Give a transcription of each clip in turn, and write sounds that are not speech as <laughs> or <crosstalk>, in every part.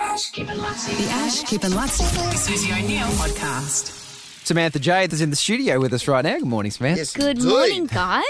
Ash, Kip and Lutzi. The Ash, Kip and Lutz. Susie O'Neill podcast. Samantha Jade is in the studio with us right now. Good morning, Samantha. Good Indeed. morning, guys.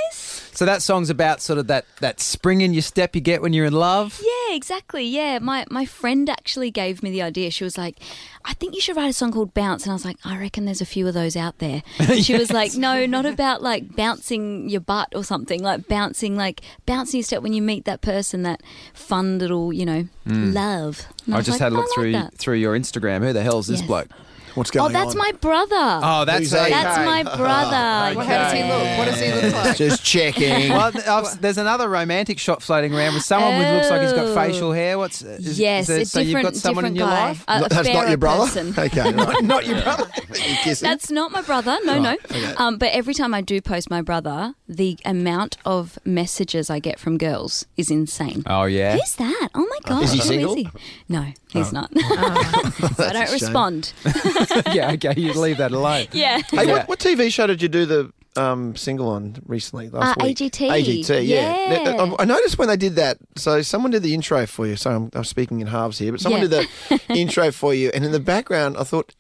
So that song's about sort of that that spring in your step you get when you're in love. Yeah, exactly. Yeah, my my friend actually gave me the idea. She was like, "I think you should write a song called Bounce," and I was like, "I reckon there's a few of those <laughs> out there." She was like, "No, not about like bouncing your butt or something. Like bouncing, like bouncing your step when you meet that person, that fun little, you know, love." And Hmm. I was just like, had a look "I like through that." through your Instagram. Who the hell's this Yes. bloke? What's Oh, going that's on? my brother. Oh, that's Who's that? that's <laughs> okay. my brother. Well, how does he look? Oh, What does he look like? Just checking. Well, th- I've, there's another romantic shot floating around with someone who looks like he's got facial hair. What's is, Oh. is yes, there- a so you've different, got someone in different your guy. Uh, life? A- a that's not fairer your <laughs> brother. person. Okay, right. not your brother. <laughs> you kissing? That's not my brother. No, no. Um, but every time I do post my brother, the amount of messages I get from girls is insane. Oh yeah. Who's that? Oh my god! Uh, Is he who single? Oh. he? No, <laughs> he's not. so <laughs> I a don't shame. respond. <laughs> yeah, okay, you leave that alone. <laughs> yeah. Hey, Yeah. what, what TV show did you do the um, single on recently? Last Uh, week? AGT. AGT, yeah. Yeah. Now, uh, I- I noticed when they did that. So someone did the intro for you. So I'm, I'm speaking in halves here, but someone Yeah. did <laughs> the intro for you, and in the background, I thought.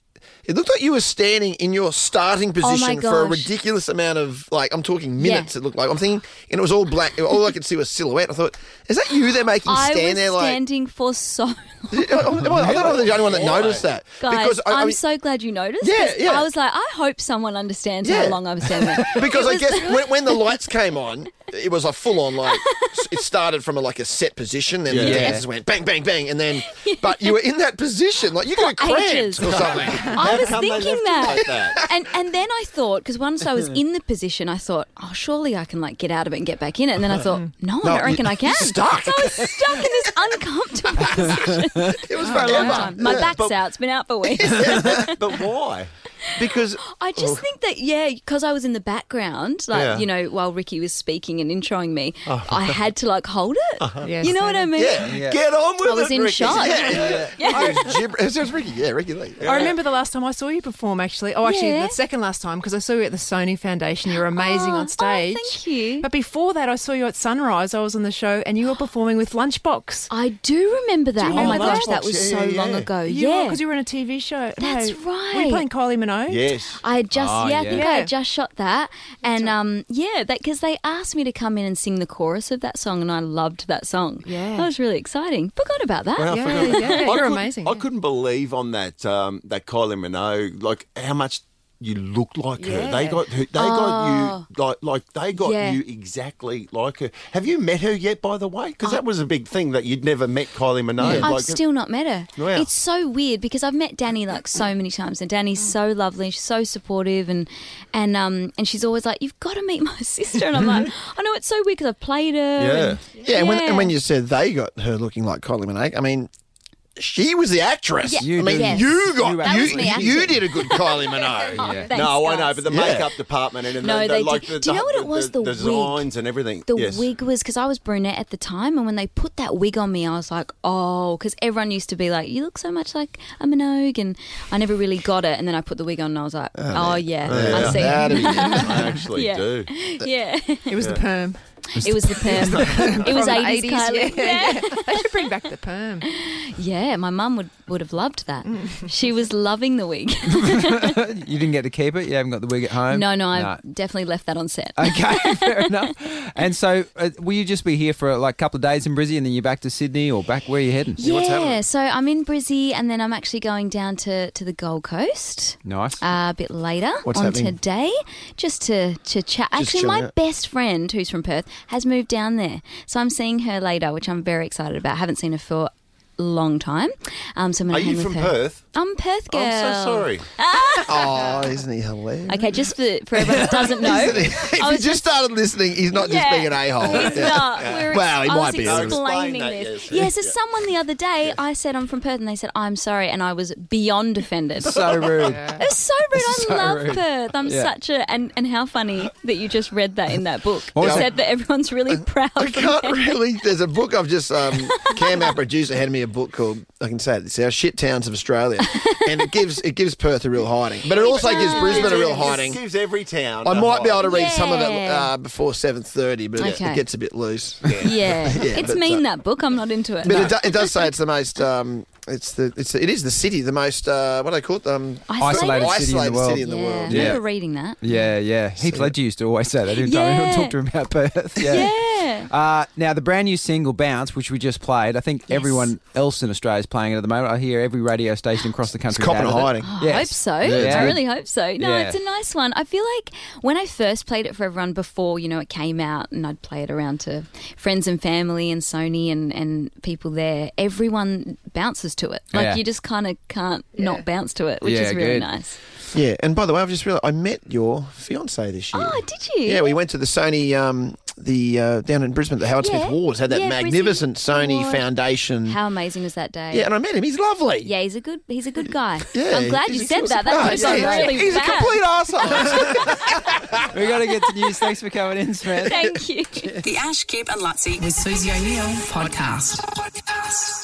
It looked like you were standing in your starting Oh my position for a gosh. ridiculous amount of like I'm talking Yeah. minutes. It looked like I'm thinking, and it was all black. All I could see was silhouette. I thought, is that you? They're making I stand was there like. standing for so. <laughs> Long. <laughs> I, I, I don't know if the only one <laughs> that noticed that Guys, because I, am I mean, so glad you noticed. Yeah, 'cause yeah. I was like, I hope someone understands Yeah. how long I was standing. <laughs> Because It I was- <laughs> guess when, when the lights came on, it was a full on like s- it started from a, like a set position, then the Yeah. dancers went bang bang bang, and <laughs> then but you were in that position like you could have For ages. cramped or <laughs> something. I was thinking that. <laughs> and and then I thought because once <laughs> I was in the position, I thought, oh, surely I can like get out of it and get back in it. <laughs> And then I thought, no, I don't reckon I can. stuck. So I was stuck in this <laughs> uncomfortable position It was for a long forever. time. My back's out. It's been out <laughs> for weeks. But why? because I just think that yeah, because I was in the background, like Yeah. Oh. you know, while Ricky was speaking and introing me, I had to like hold it. Yes, You know what I mean? Uh-huh. yeah, get on with I was it, in Ricky. <laughs> shock. Yeah, yeah. It was gibber- it was Ricky. Yeah, Ricky Lee. I remember the last time I saw you perform, actually. Oh, actually, Yeah. the second last time, because I saw you at the Sony Foundation. You were amazing Oh, oh, on stage. thank you. But before that, I saw you at Sunrise. I was on the show, and <gasps> you were performing with Lunchbox. I do remember that. oh my remember gosh, that? that was Yeah, so yeah, long yeah. ago. You yeah, because you were in a TV show. That's Were right. you playing Kylie Minogue? Yes. I had just Oh, yeah, I yeah. think I Yeah. had just shot that, and um, yeah, that because they asked me to come in and sing the chorus of that song, and I loved that song. Yeah. that was really exciting. Forgot about that. Yeah, yeah, <laughs> I You're couldn't- amazing. I couldn't believe on that um, that Kylie Minogue, like how much you looked like her. They Yeah. got her, they got you like like they got Oh. Yeah. you exactly like her. Have you met her yet, by the way? Because that was a big thing that you'd never met Kylie Minogue. I've like, still not met her. Wow. It's so weird because I've met Danny like so many times, and Danny's Mm. so lovely, she's so supportive, and and um and she's always like, "You've got to meet my <laughs> sister," and I'm like, "I know it's so weird because I've played her." and- Yeah, and when, and when you said they got her looking like Kylie Minogue, I mean, she was the actress. Yeah. I mean, Yes. you got That you, was me you, acting. did a good <laughs> Kylie Minogue. Oh, Yeah. thanks, no, I know, guys. but the Yeah. makeup department and No, the, the, they like did. the, Do you know what it was? The wig. designs and everything. The yes. wig was because I was brunette at the time, and when they put that wig on me, I was like, oh, because everyone used to be like, you look so much like a Minogue, and I never really got it. And then I put the wig on, and I was like, oh, yeah, I see. That'd <laughs> be- I actually Yeah. do. <laughs> yeah, It was <laughs> the perm. it was the <laughs> perm. it was From the eighties, Kylie. Yeah. they should bring back the perm. Yeah, my mum would would have loved that. she was loving the wig. You didn't get to keep it. You haven't got the wig at home. no, no, I definitely left that on set. Okay, <laughs> fair enough. And so, uh, will you just be here for uh, like a couple of days in Brisbane, and then you're back to Sydney or back where you heading? Yeah, so I'm in Brizzy, and then I'm actually going down to to the Gold Coast. Nice. uh, a bit later What's on happening? today, just to, to chat. Actually, chill my out. best friend, who's from Perth, has moved down there, so I'm seeing her later, which I'm very excited about. haven't seen her for a long time, um, so I'm Are going to hang you with from her. Perth? I'm Perth girl. I'm so sorry. oh, isn't he hilarious? Okay, just for, for everyone that doesn't know, <laughs> if I you was just started listening, he's not just Yeah. being an a hole. He's not. We were Well, he I might was be. explaining Explain that, this. yes, yeah. Yeah, so someone the other day, I said I'm from Perth, and they said I'm sorry, and I was <laughs> beyond offended. so rude. It <laughs> was so rude. I So love rude. Perth. I'm Yeah. such a and and how funny that you just read that in that book. What It was said that everyone's really proud. I from can't there. really. There's a book I've just <laughs> um, Cam, our producer, handed me a book called I can say it. It's our shit towns of Australia, and it gives it gives Perth a real hiding, but it also gives does. Brisbane a real Uh, It hiding. Gives every town. I a might be able to hiding. read some of it Yeah. uh, before seven thirty, but it, Okay. it gets a bit loose. <laughs> <laughs> Yeah, <laughs> Yeah, it's but, mean uh, that book. I'm not into it. But it, do, it does say it's the most um, It's the it's the, it is the city the most uh, what do they call it um, Isolated isolated city in the world. city in the yeah. I world. Yeah. remember reading that. Yeah, yeah. Heath Ledger used to always say that every time anyone Yeah. talked to him about Perth. Yeah. Yeah. Uh, now, the brand new single Bounce, which we just played, I think everyone else in Australia is playing it at the moment. I hear every radio station across the country. copping down a with it. hiding. Oh, Yes. <gasps> I hope so. it's I good. really hope so. No, Yeah. it's a nice one. I feel like when I first played it for everyone before, you know, it came out and I'd play it around to friends and family and Sony and, and people there, everyone bounces to it. Like Yeah. you just kind of can't not bounce to it, which Yeah, is really good. nice. Yeah, and by the way, I've just realised I met your fiance this year. Oh, did you? Yeah, we went to the Sony um, the uh, down in Brisbane, the Howard Yeah. Smith Wars had that Yeah, magnificent Brisbane Sony Ward. Foundation. How amazing was that day? yeah, and I met him. He's lovely. Yeah, he's a good he's a good guy. Yeah, I'm glad he's you a- said that. That No, could have yeah, gone he's- really he's bad. a <laughs> complete arsehole. we got to get to news. Thanks for coming in, Samantha. Thank you. The Ash, Kip and Lutzi with Susie O'Neill podcast.